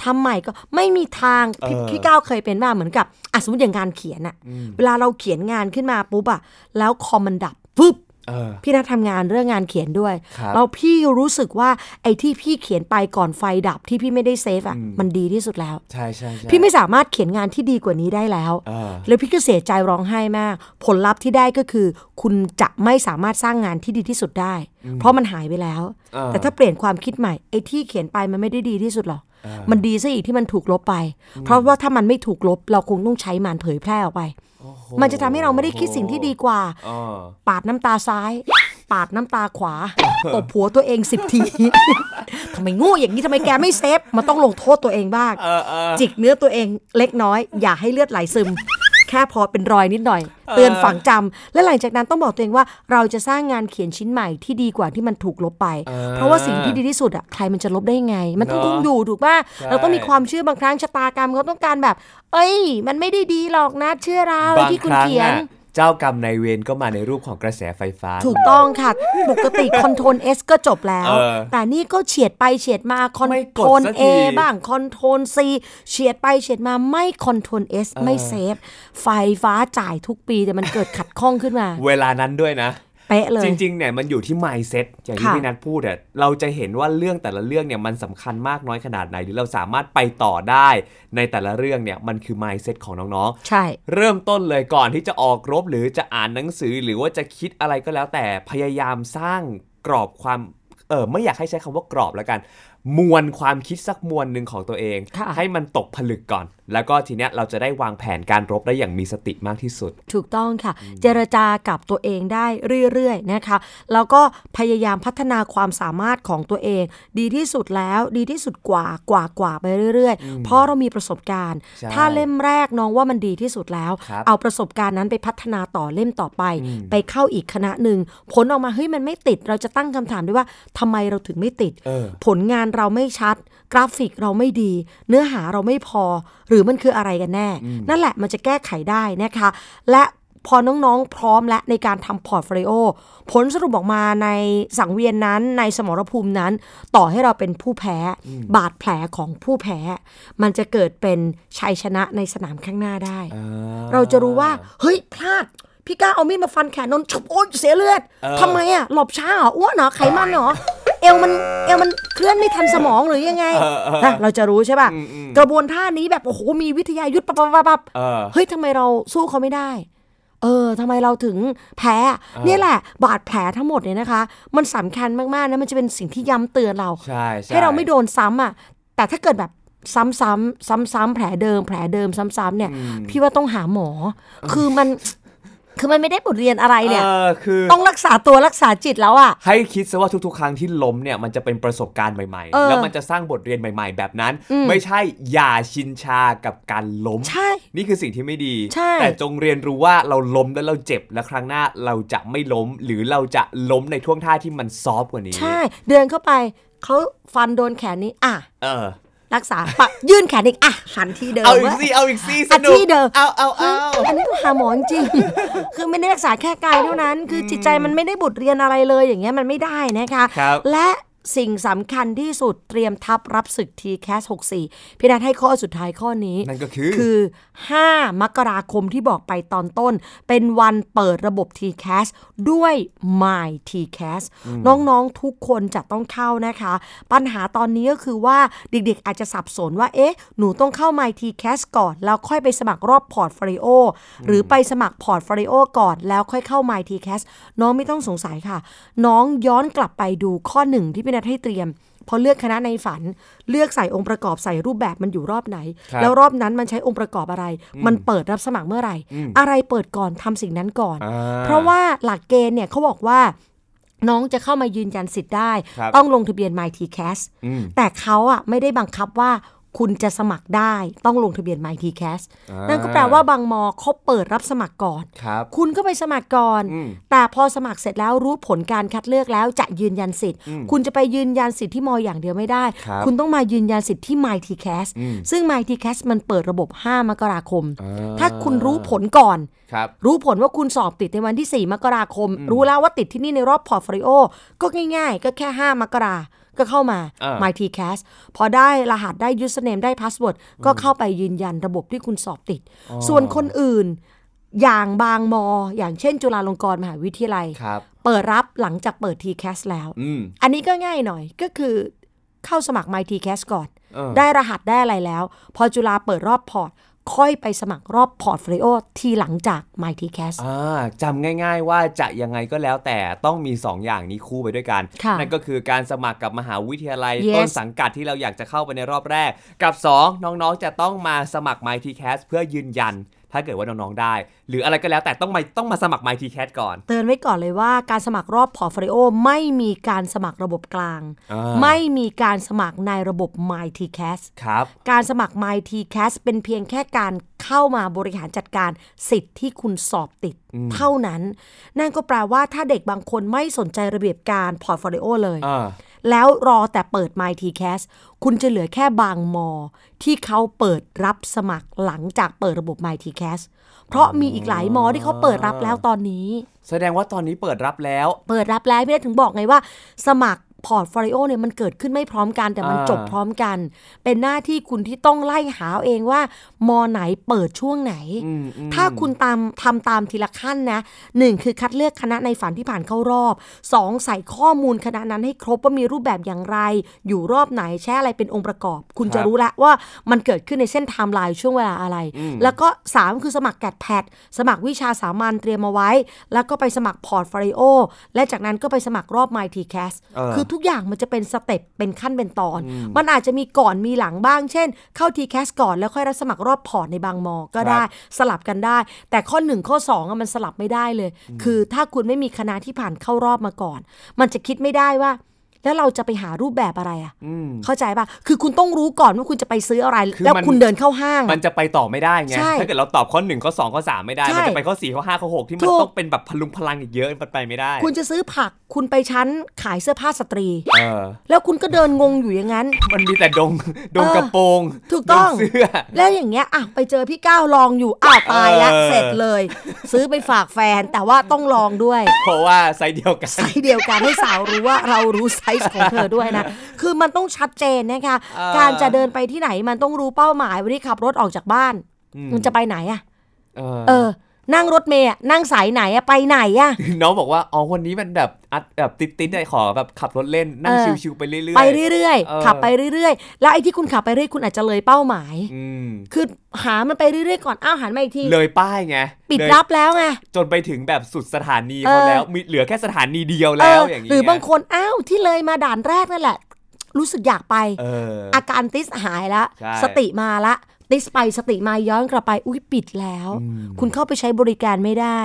Speaker 2: ทำใหม่ก็ไม่มีทางพี่
Speaker 3: เออ
Speaker 2: พี่ก้าวเคยเป็นว่าเหมือนกับอ่ะสมมติอย่างงานเขียนอะเวลาเราเขียนงานขึ้นมาปุ๊บอะแล้วคอมมันดับปุ๊บ
Speaker 3: เออ
Speaker 2: พี่นัททำงานเรื่องงานเขียนด้วย
Speaker 3: ครับ
Speaker 2: แล้วพี่รู้สึกว่าไอ้ที่พี่เขียนไปก่อนไฟดับที่พี่ไม่ได้เซฟอะมันดีที่สุดแล้ว
Speaker 3: ใช่ใช่ใช่
Speaker 2: พี่ไม่สามารถเขียนงานที่ดีกว่านี้ได้แล้ว
Speaker 3: เออ
Speaker 2: แล้วพี่ก็เสียใจร้องไห้มาก ผลลัพธ์ที่ได้ก็คือ คุณจะไม่สามารถสร้างงานที่ดีที่สุดได้ เพราะมันหายไปแล้ว
Speaker 3: เออ
Speaker 2: แต่ถ้าเปลี่ยนความคิดใหม่ไอ้ที่เขียนไปมันไม่ได้ดีที่สุดหรอก มันดีซะอีกที่มันถูกลบไป เพราะว่าถ้ามันไม่ถูกลบเราคงต้องใช้มันเผยแพร่ออกไป มันจะทำให้เราไม่ได้คิดสิ่งที่ดีกว่า
Speaker 3: เออ
Speaker 2: ปาดน้ำตาซ้าย ปาดน้ำตาข (laughs) วา ตบหัวตัวเองสิบที (laughs) ทำไมโงูอย่างนี้ทำไมแกไม่เซฟ มันต้องลงโทษตัวเองบ้าง
Speaker 3: เออเออ
Speaker 2: จิกเนื้อตัวเองเล็กน้อย อย่าให้เลือดไหล (laughs) ซึม แค่พอเป็นรอยนิดหน่อย เตือนฝังจำและหลังจากนั้นต้องบอกตัวเองว่าเราจะสร้างงานเขียนชิ้นใหม่ที่ดีกว่าที่มันถูกลบไป เพราะว่าสิ่งที่ดีที่สุดอะใครมันจะลบได้ไง มันต้องคงอยู่ถูกป่ะเราต้องมีความเชื่อบางครั้งชะตากรรมเขาต้องการแบบ เอ้ย มันไม่ได้ดีหรอกนะเชื่อเรา
Speaker 3: บาง
Speaker 2: ที่
Speaker 3: ค
Speaker 2: คุณ
Speaker 3: รั้ง
Speaker 2: เขียน
Speaker 3: อ่ะเจ้ากรรมนายเวรก็มาในรูปของกระแสไฟฟ้า
Speaker 2: ถูกต้องค่ะ ปกติคอนโทรล S ก็จบแล้ว
Speaker 3: เออ
Speaker 2: แต่นี่ก็เฉียดไปเฉียดมาคอน
Speaker 3: ไม่
Speaker 2: โท
Speaker 3: ก
Speaker 2: รล
Speaker 3: ดสัก
Speaker 2: A
Speaker 3: ที
Speaker 2: บ้างคอนโทรล C เฉียดไปเฉียดมาไม่คอนโทรล S ไม่เซฟ ไฟฟ้าจ่ายทุกปีแต่มันเกิดขัดข้องขึ้นมา
Speaker 3: เวลานั้นด้วยนะ
Speaker 2: เป๊ะเลย
Speaker 3: จริงๆเนี่ยมันอยู่ที่ mindset อย่างที่
Speaker 2: ค่ะ
Speaker 3: พี่นัทพูดอะเราจะเห็นว่าเรื่องแต่ละเรื่องเนี่ยมันสำคัญมากน้อยขนาดไหน หรือเราสามารถไปต่อได้ ในแต่ละเรื่องเนี่ยมันคือ mindset ของน้อง
Speaker 2: ใช่
Speaker 3: ๆ เริ่มต้นเลยก่อนที่จะออกรบหรือจะอ่านหนังสือหรือว่าจะคิดอะไรก็แล้วแต่พยายามสร้างกรอบความเออไม่อยากให้ใช้คำว่ากรอบแล้วกัน มวลความคิดสักมวลหนึ่งของตัวเอง
Speaker 2: ค่ะ
Speaker 3: ให้มันตกผลึกก่อน แล้วก็ทีเนี้ยเราจะได้วางแผนการรบได้อย่างมีสติมากที่สุด
Speaker 2: ถูกต้องค่ะ เจรจากับตัวเองได้เรื่อยๆนะคะ แล้วก็พยายามพัฒนาความสามารถของตัวเอง ดีที่สุดแล้วดีที่สุดกว่ากว่ากว่าไปเรื่อยๆ เพราะเรามีประสบการณ์
Speaker 3: ใช่
Speaker 2: ถ้าเล่มแรกน้องว่ามันดีที่สุดแล้ว
Speaker 3: ครับ
Speaker 2: เอาประสบการณ์นั้นไปพัฒนาต่อเล่มต่อไป ไปเข้าอีกคณะหนึ่งผลออกมาเฮ้ยมันไม่ติด เราจะตั้งคำถามด้วยว่าทำไมเราถึงไม่ติด
Speaker 3: เออ
Speaker 2: ผลงานเราไม่ชัด กราฟิกเราไม่ดี เนื้อหาเราไม่พอ หรือมันคืออะไรกันแน่ นั่นแหละมันจะแก้ไขได้นะคะ และพอน้องๆ พร้อมและในการทำพอร์ตโฟลิโอผลสรุปออกมาในสังเวียนนั้นในสมรภูมินั้น ต่อให้เราเป็นผู้แพ้ บาดแผลของผู้แพ้ มันจะเกิดเป็นชัยชนะในสนามข้างหน้าได้ เราจะรู้ว่า เฮ้ย พลาด พี่ก้าเอามีดมาฟันแขนนนท์ฉุบโอ๊ยเสียเลือดทำไมอ่ะ หลบช้าเหรออ้วนเหรอไขมันเหรอ เอวมันเอวมันเคลื่อนไม่ทันสมองหรือยังไงนะเราจะรู้ใช่ป่ะ กระบวนท่านี้แบบ โอ้โห มีวิทยายุทธปับปับปับปับ
Speaker 3: เออ
Speaker 2: เฮ้ยทำไมเราสู้เขาไม่ได้ เออทำไมเราถึงแพ้เนี่ยแหละ บาดแผลทั้งหมดเนี่ยนะคะ มันสำคัญมากๆนะมันจะเป็นสิ่งที่ย้ำเตือนเรา
Speaker 3: ใช่ใช่
Speaker 2: ให้เราไม่โดนซ้ำอ่ะ แต่ถ้าเกิดแบบซ้ำๆซ้ำๆแผลเดิม แผลเดิมซ้ำๆเนี่ย พี่ว่าต้องหาหมอ คือมัน คือมันไม่ได้บทเรียนอะไรเนี่ย
Speaker 3: เออคือ
Speaker 2: ต้องรักษาตัวรักษาจิตแล้วอ่ะ
Speaker 3: ให้คิดซะว่าทุกๆ ครั้งที่ล้มเนี่ยมันจะเป็นประสบการณ์ใหม่
Speaker 2: เออ
Speaker 3: ๆ แล้วมันจะสร้างบทเรียนใหม่ ๆ แบบนั้น ไม่ใช่อย่าชินชากับการล้ม
Speaker 2: ใช่
Speaker 3: นี่คือสิ่งที่ไม่ดี
Speaker 2: ใช่
Speaker 3: แต่จงเรียนรู้ว่าเราล้มแล้วเราเจ็บและครั้งหน้าเราจะไม่ล้ม หรือเราจะล้มในท่วงท่าที่มันซอฟต์กว่านี้
Speaker 2: ใช่ เดินเข้าไป เขาฟันโดนแขนนี้ อ่ะ
Speaker 3: เออ
Speaker 2: รักษาปะยื่นแขนอีก อ่ะหันที่เดิม
Speaker 3: เอาอีก
Speaker 2: ว้ย
Speaker 3: ซี่เอาอีกซี่ส
Speaker 2: อา
Speaker 3: นุก
Speaker 2: ที่เดิม
Speaker 3: เอาเอาเอา
Speaker 2: ฮ้ยอันนี้ต้องหาหมอจริงๆ (laughs) คือไม่ได้รักษาแค่กายเท่านั้น คือจิตใจมันไม่ได้บทเรียนอะไรเลยอย่างเงี้ยมันไม่ได้นะคะ
Speaker 3: ครับ
Speaker 2: และ สิ่งสำคัญที่สุดเตรียมทัพรับศึก t c a s 64 พี่นัทให้ข้อสุดท้ายข้อนี้
Speaker 3: นั่นก็คือ
Speaker 2: คือ 5 มกราคมที่บอกไปตอนต้น เป็นวันเปิดระบบ t c a s ด้วย My t c a s น้องๆทุกคนจะต้องเข้านะคะ ปัญหาตอนนี้ก็คือว่าเด็กๆอาจจะสับสนว่า เอ๊ะ หนูต้องเข้า My t c a s ก่อน แล้วค่อยไปสมัครรอบพอร์ตฟริโอหรือไปสมัครพอร์ตฟริโอก่อนแล้วค่อยเข้า My t c a s น้องไม่ต้องสงสัยค่ะ น้องย้อนกลับไปดูข้อหนึ่งที่พี่นัทให้เตรียม พอเลือกคณะในฝัน เลือกใส่องค์ประกอบใส่รูปแบบมันอยู่รอบไหน
Speaker 3: ครับ
Speaker 2: แล้วรอบนั้นมันใช้องค์ประกอบอะไร มันเปิดรับสมัครเมื่อไหร่ อะไรเปิดก่อนทำสิ่งนั้นก่อน
Speaker 3: อ่
Speaker 2: เพราะว่าหลักเกณฑ์เนี่ยเขาบอกว่า น้องจะเข้ามายืนยันสิทธิ์ได้
Speaker 3: ครับ
Speaker 2: ต้องลงทะเบียน MyTCAS
Speaker 3: อืม
Speaker 2: แต่เขาอ่ะไม่ได้บังคับว่าคุณจะสมัครได้ต้องลงทะเบียน MyTCAS
Speaker 3: อ่านั่
Speaker 2: นั่นก็แปลว่าบางมอเขาเปิดรับสมัครก่อน
Speaker 3: ครับ
Speaker 2: คุณก็ไปสมัครก่อน
Speaker 3: อืม
Speaker 2: แต่พอสมัครเสร็จแล้วรู้ผลการคัดเลือกแล้วจะยืนยันสิทธิ์ คุณจะไปยืนยันสิทธิ์ที่มออย่างเดียวไม่ได้
Speaker 3: ครับ
Speaker 2: คุณต้องมายืนยันสิทธิ์ที่ MyTCAS ซึ่ง MyTCAS มันเปิดระบบ 5 มกราคม
Speaker 3: อ่า
Speaker 2: ถ้าคุณรู้ผลก่อน
Speaker 3: ครับ
Speaker 2: รู้ผลว่าคุณสอบติดในวันที่ 4 มกราคม รู้แล้วว่าติดที่นี่ในรอบพอร์ตโฟลิโอ ก็ง่ายๆ ก็แค่ 5 มกราก็เข้ามา
Speaker 3: อ่า
Speaker 2: My T Cast พอได้รหัสได้ username ได้ password ก็เข้าไปยืนยันระบบที่คุณสอบติด ส่วนคนอื่น อย่างบางมอ อย่างเช่นจุฬาลงกรณ์มหาวิทยาลัย
Speaker 3: ครับ
Speaker 2: เปิดรับหลังจากเปิด T Cast แล้ว
Speaker 3: อืม
Speaker 2: อันนี้ก็ง่ายหน่อยก็คือเข้าสมัคร My T Cast ก่อน
Speaker 3: เออ
Speaker 2: ได้รหัสได้อะไรแล้ว พอจุฬาเปิดรอบพอร์ต ค่อยไปสมัครรอบพอร์ตฟรีโอทีหลังจาก My T Cast
Speaker 3: อ่าจำง่าย ๆ ว่าจะยังไงก็แล้วแต่ต้องมี 2 อย่างนี้คู่ไปด้วยกัน
Speaker 2: ค่ะ
Speaker 3: นั่นก็คือการสมัครกับมหาวิทยาลัย
Speaker 2: Yes
Speaker 3: ต้นสังกัดที่เราอยากจะเข้าไปในรอบแรก กับ 2 น้องๆจะต้องมาสมัคร MyTCast เพื่อยืนยัน ถ้าเกิดว่าน้องๆได้ หรืออะไรก็แล้วแต่ต้องมาต้องมาสมัคร MyTCast ก่อน
Speaker 2: เตือนไว้ก่อนเลยว่าการสมัครรอบพอร์ตฟรีโอไม่มีการสมัครระบบกลาง
Speaker 3: อ่า
Speaker 2: ไม่มีการสมัครในระบบ My T Cast
Speaker 3: ครับ
Speaker 2: การสมัคร My T Cast เป็นเพียงแค่การเข้ามาบริหารจัดการสิทธิ์ที่คุณสอบติด เท่านั้น นั่นก็แปลว่าถ้าเด็กบางคนไม่สนใจระเบียบการพอร์ตโฟลิโอเลย
Speaker 3: อ่า
Speaker 2: แล้วรอแต่เปิด My t c a s คุณจะเหลือแค่บางมอ ที่เขาเปิดรับสมัครหลังจากเปิดระบบ My t c a s เพราะมีอีกหลายมอที่เขาเปิดรับแล้วตอนนี้
Speaker 3: แสดงว่าตอนนี้เปิดรับแล้ว
Speaker 2: เปิดรับแล้วพี่ได้ถึงบอกไงว่า สมัครพอร์ตฟ o ลิโอเนี่ยมันเกิดขึ้นไม่พร้อมกันแต่มัน
Speaker 3: อ่า
Speaker 2: จบพร้อมกัน เป็นหน้าที่คุณที่ต้องไล่หาเอาเองว่า มอไหนเปิดช่วงไหน ถ้าคุณตามทำตามทีละขั้นนะหนึ่งคือคัดเลือกคณะในฝันที่ผ่านเข้ารอบสองใส่ข้อมูลคณะนั้นให้ครบว่ามีรูปแบบอย่างไร อยู่รอบไหนแช่อะไรเป็นองค์ประกอบ คุณจะรู้แล้วว่ามันเกิดขึ้นในเส้นไทม์ไลน์ช่วงเวลาอะไร แล้วก็สามคือสมัครแกดแพดสมัครวิชาสามัญเตรียมมาไว้ แล้วก็ไปสมัครพอร์ตฟ o ลิโอและจากนั้นก็ไปสมัครรอบ My t c a s
Speaker 3: เออ
Speaker 2: คือ ทุกอย่างมันจะเป็นสเต็ปเป็นขั้นเป็นตอน มันอาจจะมีก่อนมีหลังบ้าง เช่น เข้าทีแคสก่อนแล้วค่อยรับสมัครรอบพอร์ตในบางมอ ก็ได้สลับกันได้ แต่ข้อ 1 ข้อ2อะมันสลับไม่ได้เลย คือถ้าคุณไม่มีคณะที่ผ่านเข้ารอบมาก่อน มันจะคิดไม่ได้ว่า แล้วเราจะไปหารูปแบบอะไรอะเข้าใจปะคือคุณต้องรู้ก่อนว่าคุณจะไปซื้ออะไร
Speaker 3: คือ
Speaker 2: แล้ว
Speaker 3: มัน
Speaker 2: คุณเดินเข้าห้างอะ
Speaker 3: มันจะไปต่อไม่ได้ไง
Speaker 2: ใช่
Speaker 3: ถ้าเกิดเราตอบข้อ 1 ข้อ 2 ข้อ 3 ไม่ได้
Speaker 2: ใช่
Speaker 3: มันจะไปข้อ 4 ข้อ 5 ข้อ 6 ที่มั
Speaker 2: ถู
Speaker 3: น
Speaker 2: ก
Speaker 3: ต้องเป็นแบบพลุงพลังอีกเยอะมันไปไม่ได้
Speaker 2: คุณจะซื้อผัก คุณไปชั้นขายเสื้อผ้าสตรี
Speaker 3: เออ
Speaker 2: แล้วคุณก็เดินงงอยู่อย่างนั้น
Speaker 3: มันมีแต่ดงดง
Speaker 2: เออ
Speaker 3: กระโปรง
Speaker 2: ถูกต้อง
Speaker 3: ดเสื้อ
Speaker 2: แล้วอย่างเงี้ยอ่ะไปเจอพี่ก้าวลองอยู่อ้าวตายแล้ว
Speaker 3: เออ
Speaker 2: เสร็จเลย ซื้อไปฝากแฟนแต่ว่าต้องลองด้วย
Speaker 3: เพราะว่าไซส์เดียวกัน
Speaker 2: ไซส์เดียวกันให้สาวรู้ว่าเรารู้ไซส์ของเธอด้วยนะ คือมันต้องชัดเจนนะคะ
Speaker 3: เออ
Speaker 2: การจะเดินไปที่ไหนมันต้องรู้เป้าหมายวันนี้ขับรถออกจากบ้าน มันจะไปไหนอะ
Speaker 3: เอ
Speaker 2: เออ
Speaker 3: อ
Speaker 2: นั่งรถเมย์อะนั่งสายไหนอะไปไหนอะ
Speaker 3: น้องบอกว่าอ๋อวันนี้มันแบบอัดแบบติดติดเลยขอแบบขับรถเล่นนั่ง
Speaker 2: เออ
Speaker 3: ชิวๆไปเรื่อยๆ
Speaker 2: ไปเรื่อย
Speaker 3: เออ
Speaker 2: ๆขับไปเรื่อยๆ แล้วไอ้ที่คุณขับไปเรื่อยคุณอาจจะเลยเป้าหมาย
Speaker 3: อืม
Speaker 2: คือหามันไปเรื่อยๆก่อนอ้าวหันมาอีกที
Speaker 3: เลยป้ายไง
Speaker 2: ปิด
Speaker 3: เลย
Speaker 2: รับแล้วไง
Speaker 3: จนไปถึงแบบสุดสถานีเขาแล้วมีเหลือแค่สถานีเดียวแล้วอย่าง
Speaker 2: เออ
Speaker 3: นี้
Speaker 2: หรือบางคน อ้าว ที่เลยมาด่านแรกนั่นแหละ รู้สึกอยากไป
Speaker 3: เออ
Speaker 2: อาการติสหายแล้ว
Speaker 3: ใช่
Speaker 2: สติมาละ ติสไปสติมาย้อนกลับไป อุ้ยปิดแล้ว คุณเข้าไปใช้บริการไม่ได้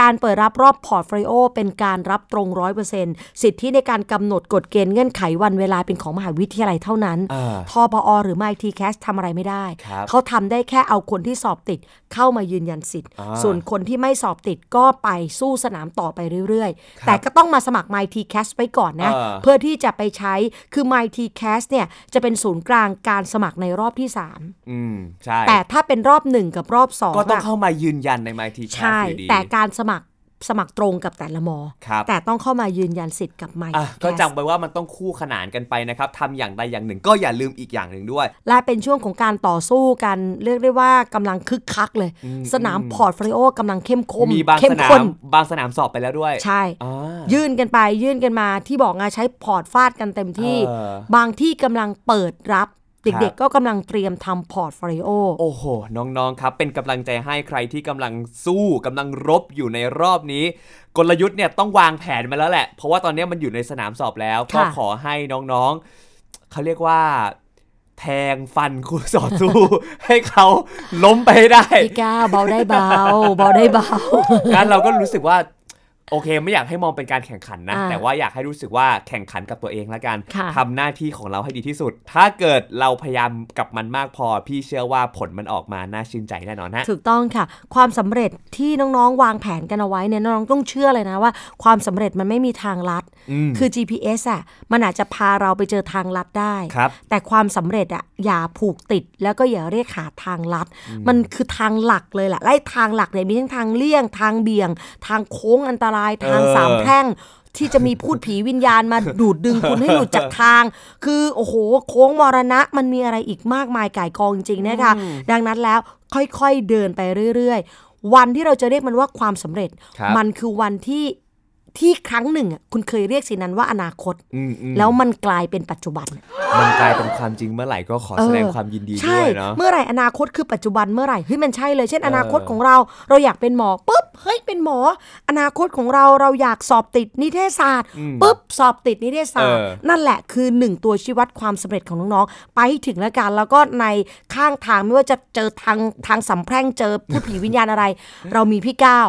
Speaker 2: การเปิดรับรอบพอร์ตฟรีโอเป็นการรับตรงร้อยเปอร์เซ็นต์สิทธิในการกำหนดกฎเกณฑ์เงื่อนไขวันเวลาเป็นของมหาวิทยาลัยเท่านั้น
Speaker 3: อ่า
Speaker 2: ทปอหรือไม่ทีแคสทำอะไรไม่ได้
Speaker 3: ครับ
Speaker 2: เขาทำได้แค่เอาคนที่สอบติดเข้ามายืนยันสิทธิ์
Speaker 3: อ่า
Speaker 2: ส่วนคนที่ไม่สอบติดก็ไปสู้สนามต่อไปเรื่อย
Speaker 3: ค
Speaker 2: ๆ
Speaker 3: รับ
Speaker 2: แต่ก็ต้องมาสมัคร My t c a s ไว้ก่อนนะ
Speaker 3: อ่า
Speaker 2: เพื่อที่จะไปใช้คือ My t c a s เนี่ยจะเป็นศูนย์กลางการสมัครในรอบที่
Speaker 3: อืมใช่
Speaker 2: 3 แต่ถ้าเป็นรอบ 1 กับรอบ2
Speaker 3: ก็ต้องเข้ามายืนยันใน MyT
Speaker 2: ใช่
Speaker 3: อยู่ดี
Speaker 2: แต่การสมัคร สมัครตรงกับแต่ละมอ
Speaker 3: ครับ
Speaker 2: แต่ต้องเข้ามายืนยันสิทธิ์กับไมค์
Speaker 3: อ่ะก็จำไว้ว่ามันต้องคู่ขนานกันไปนะครับทำอย่างใดอย่างหนึ่งก็อย่าลืมอีกอย่างหนึ่งด้วย
Speaker 2: และเป็นช่วงของการต่อสู้กัน เรียกได้ว่ากำลังคึกคักเลย สนามพอร์ตโฟลิโอกำลังเข้มข้น
Speaker 3: มีบาง
Speaker 2: เข้
Speaker 3: ส
Speaker 2: ม
Speaker 3: นาม
Speaker 2: ข้น
Speaker 3: บางสนามสอบไปแล้วด้วย
Speaker 2: ใช่
Speaker 3: อ่า
Speaker 2: ยื่นกันไปยื่นกันมาที่บอกไงใช้พอร์ตฟาดกันเต็มที่
Speaker 3: เออบ
Speaker 2: างที่กำลังเปิดรับ เด็ก
Speaker 3: ครับ
Speaker 2: ๆ ก็กำลังเตรียมทำพอร์ตโฟลิโอ
Speaker 3: โอ้โห น้องๆ ครับ เป็นกำลังใจให้ใครที่กำลังสู้กำลังรบอยู่ในรอบนี้ กลยุทธ์เนี่ยต้องวางแผนมาแล้วแหละ เพราะว่าตอนนี้มันอยู่ในสนามสอบแล้ว
Speaker 2: ค่ะ
Speaker 3: ก็ขอให้น้องๆ เขาเรียกว่า แทงฟันคู่ต่อสู้ (laughs) ให้เขาล้มไปให้ได้
Speaker 2: พี่ก้าวเบาได้เบา (laughs) เบาได้เบา
Speaker 3: (laughs) งั้นเราก็รู้สึกว่า โอเคไม่อยากให้มองเป็นการแข่งขันนะ
Speaker 2: อ่า
Speaker 3: แต่ว่าอยากให้รู้สึกว่าแข่งขันกับตัวเองละกัน
Speaker 2: ค่ะ
Speaker 3: ทำหน้าที่ของเราให้ดีที่สุด ถ้าเกิดเราพยายามกับมันมากพอ พี่เชื่อว่าผลมันออกมาน่าชื่นใจแน่นอนฮะ
Speaker 2: ถูกต้องค่ะ ความสำเร็จที่น้องๆ วางแผนกันเอาไว้เนี่ยน้องๆต้องเชื่อเลยนะว่า ความสำเร็จมันไม่มีทางลัด คือ GPS อ่ะมันอาจจะพาเราไปเจอทางลัดได้
Speaker 3: ครับ
Speaker 2: แต่ความสำเร็จอ่ะอย่าผูกติดแล้วก็อย่าเรียกหาทางลัด มันคือทางหลักเลยแหละไล่ทางหลักเนี่ยมีทั้งทางเลี่ยง ทางเบี่ยง ทางโค้งอันตรายทาง
Speaker 3: เออ
Speaker 2: สามแพร่ง ที่จะมีพูดผีวิญญาณ
Speaker 3: (laughs)
Speaker 2: มา ดูดดึงคุณให้หลุดจากทาง คือโอ้โห โค้งมรณะมันมีอะไรอีกมากมายก่ายกองจริงๆนะคะ ดังนั้นแล้วค่อยๆเดินไปเรื่อยๆ วันที่เราจะเรียกมันว่าความสำเร็จ
Speaker 3: ครับ
Speaker 2: มันคือวันที่ที่ครั้งหนึ่งอะคุณเคยเรียกสิงนั้นว่าอนาคต
Speaker 3: อืมอืม
Speaker 2: แล้วมันกลายเป็นปัจจุบัน
Speaker 3: มันกลายเป็นความจริงเมื่อไหร่ก็ขอแสดง
Speaker 2: เออ
Speaker 3: ความยินดี
Speaker 2: ใช่
Speaker 3: ด้วยเนาะ
Speaker 2: เมื่อไหร่อนาคตคือปัจจุบันเมื่อไหร่เฮ้ยมันใช่เลย เช่น อนาคต
Speaker 3: เออ
Speaker 2: ของเราเราอยากเป็นหมอปุ๊บเฮ้ยเป็นหมอ อนาคตของเราเราอยากสอบติดนิเทศศาสตร์ปุ๊บสอบติดนิเทศศาสตร์
Speaker 3: เออ
Speaker 2: นั่นแหละคือหนึ่งตัวชี้วัดความสำเร็จของน้องๆ ไปให้ถึงแล้วกันแล้วก็ในข้างทางไม่ว่าจะเจอทางทางสำแพร่งเจอผู้ผีวิญญาณอะไร เรามีพี่ก้าว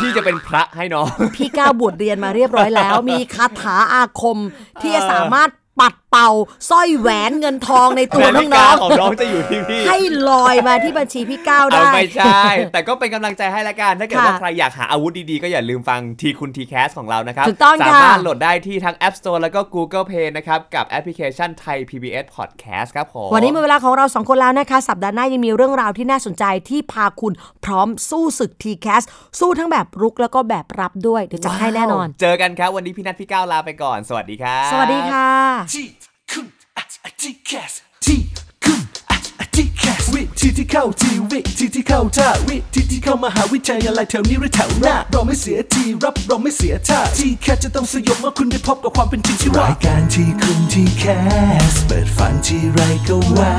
Speaker 3: พี่จะเป็นพระให้น้อง
Speaker 2: พี่ก้าวบวชเรียนมาเรียบร้อยแล้ว มีคาถาอาคม ที่จะสามารถปัดเป่าสร้อยแหวนเงินทองในตัว
Speaker 3: นาฬิ
Speaker 2: น้
Speaker 3: กา
Speaker 2: อง
Speaker 3: ของน้องจะอยู่ที่พี่
Speaker 2: ๆ ให้ลอยมาที่บัญชีพี่ก้าว
Speaker 3: เอา
Speaker 2: ได้
Speaker 3: ไม่ใช่ (laughs) แต่ก็เป็นกำลังใจให้ละกัน ถ้าเกิดว่า
Speaker 2: ค่ะ
Speaker 3: ใครอยากหาอาวุธดีๆ ก็อย่าลืมฟังทีคุณทีแคสของเรานะครับ
Speaker 2: ถูกต้องค่ะ
Speaker 3: สามารถโหลดได้ที่ทั้ง App Store แล้วก็ Google Play นะครับ กับแอปพลิเคชันไทย PBS Podcast ครับผม
Speaker 2: วันนี้หมดเวลาของเราสองคนแล้วนะคะ สัปดาห์หน้ายังมีเรื่องราวที่น่าสนใจที่พาคุณพร้อมสู้ศึกทีแคสสู้ทั้งแบบรุกแล้วก็แบบรับด้วยเดี๋ยวจัดให้แน่นอน
Speaker 3: เจอกันครับ วันนี้พี่นัทพี่ก้าวลาไปก่อน สวัสดีครับ
Speaker 2: สวัสดีค่ะ
Speaker 1: ที่คุณอาจจะแคสที่คุณอาจจะแคสวิธีที่เข้าทีวิธีที่เข้าท่าวิธีที่เข้ามหาวิทยาลัยแถวนี้หรือแถวหน้าเราไม่เสียทีรับเราไม่เสียท่าที่แคสจะต้องสยบเมื่อคุณได้พบกับความเป็นจริงที่ว่ารายการที่คุณที่แคสเปิดฝันที่ไรก็ว้า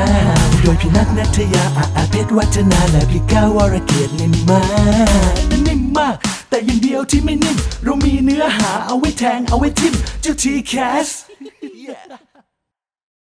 Speaker 1: วโดยพี่นัทนัทยาอาอาเพชรวัฒนาและพี่ก้าววรเกียรตินิ่มมากนิ่มมาก แต่อย่างเดียวที่ไม่นิ่ม เรามีเนื้อหาเอาไว้แทงเอาไว้ทิมเจ้าทีแคส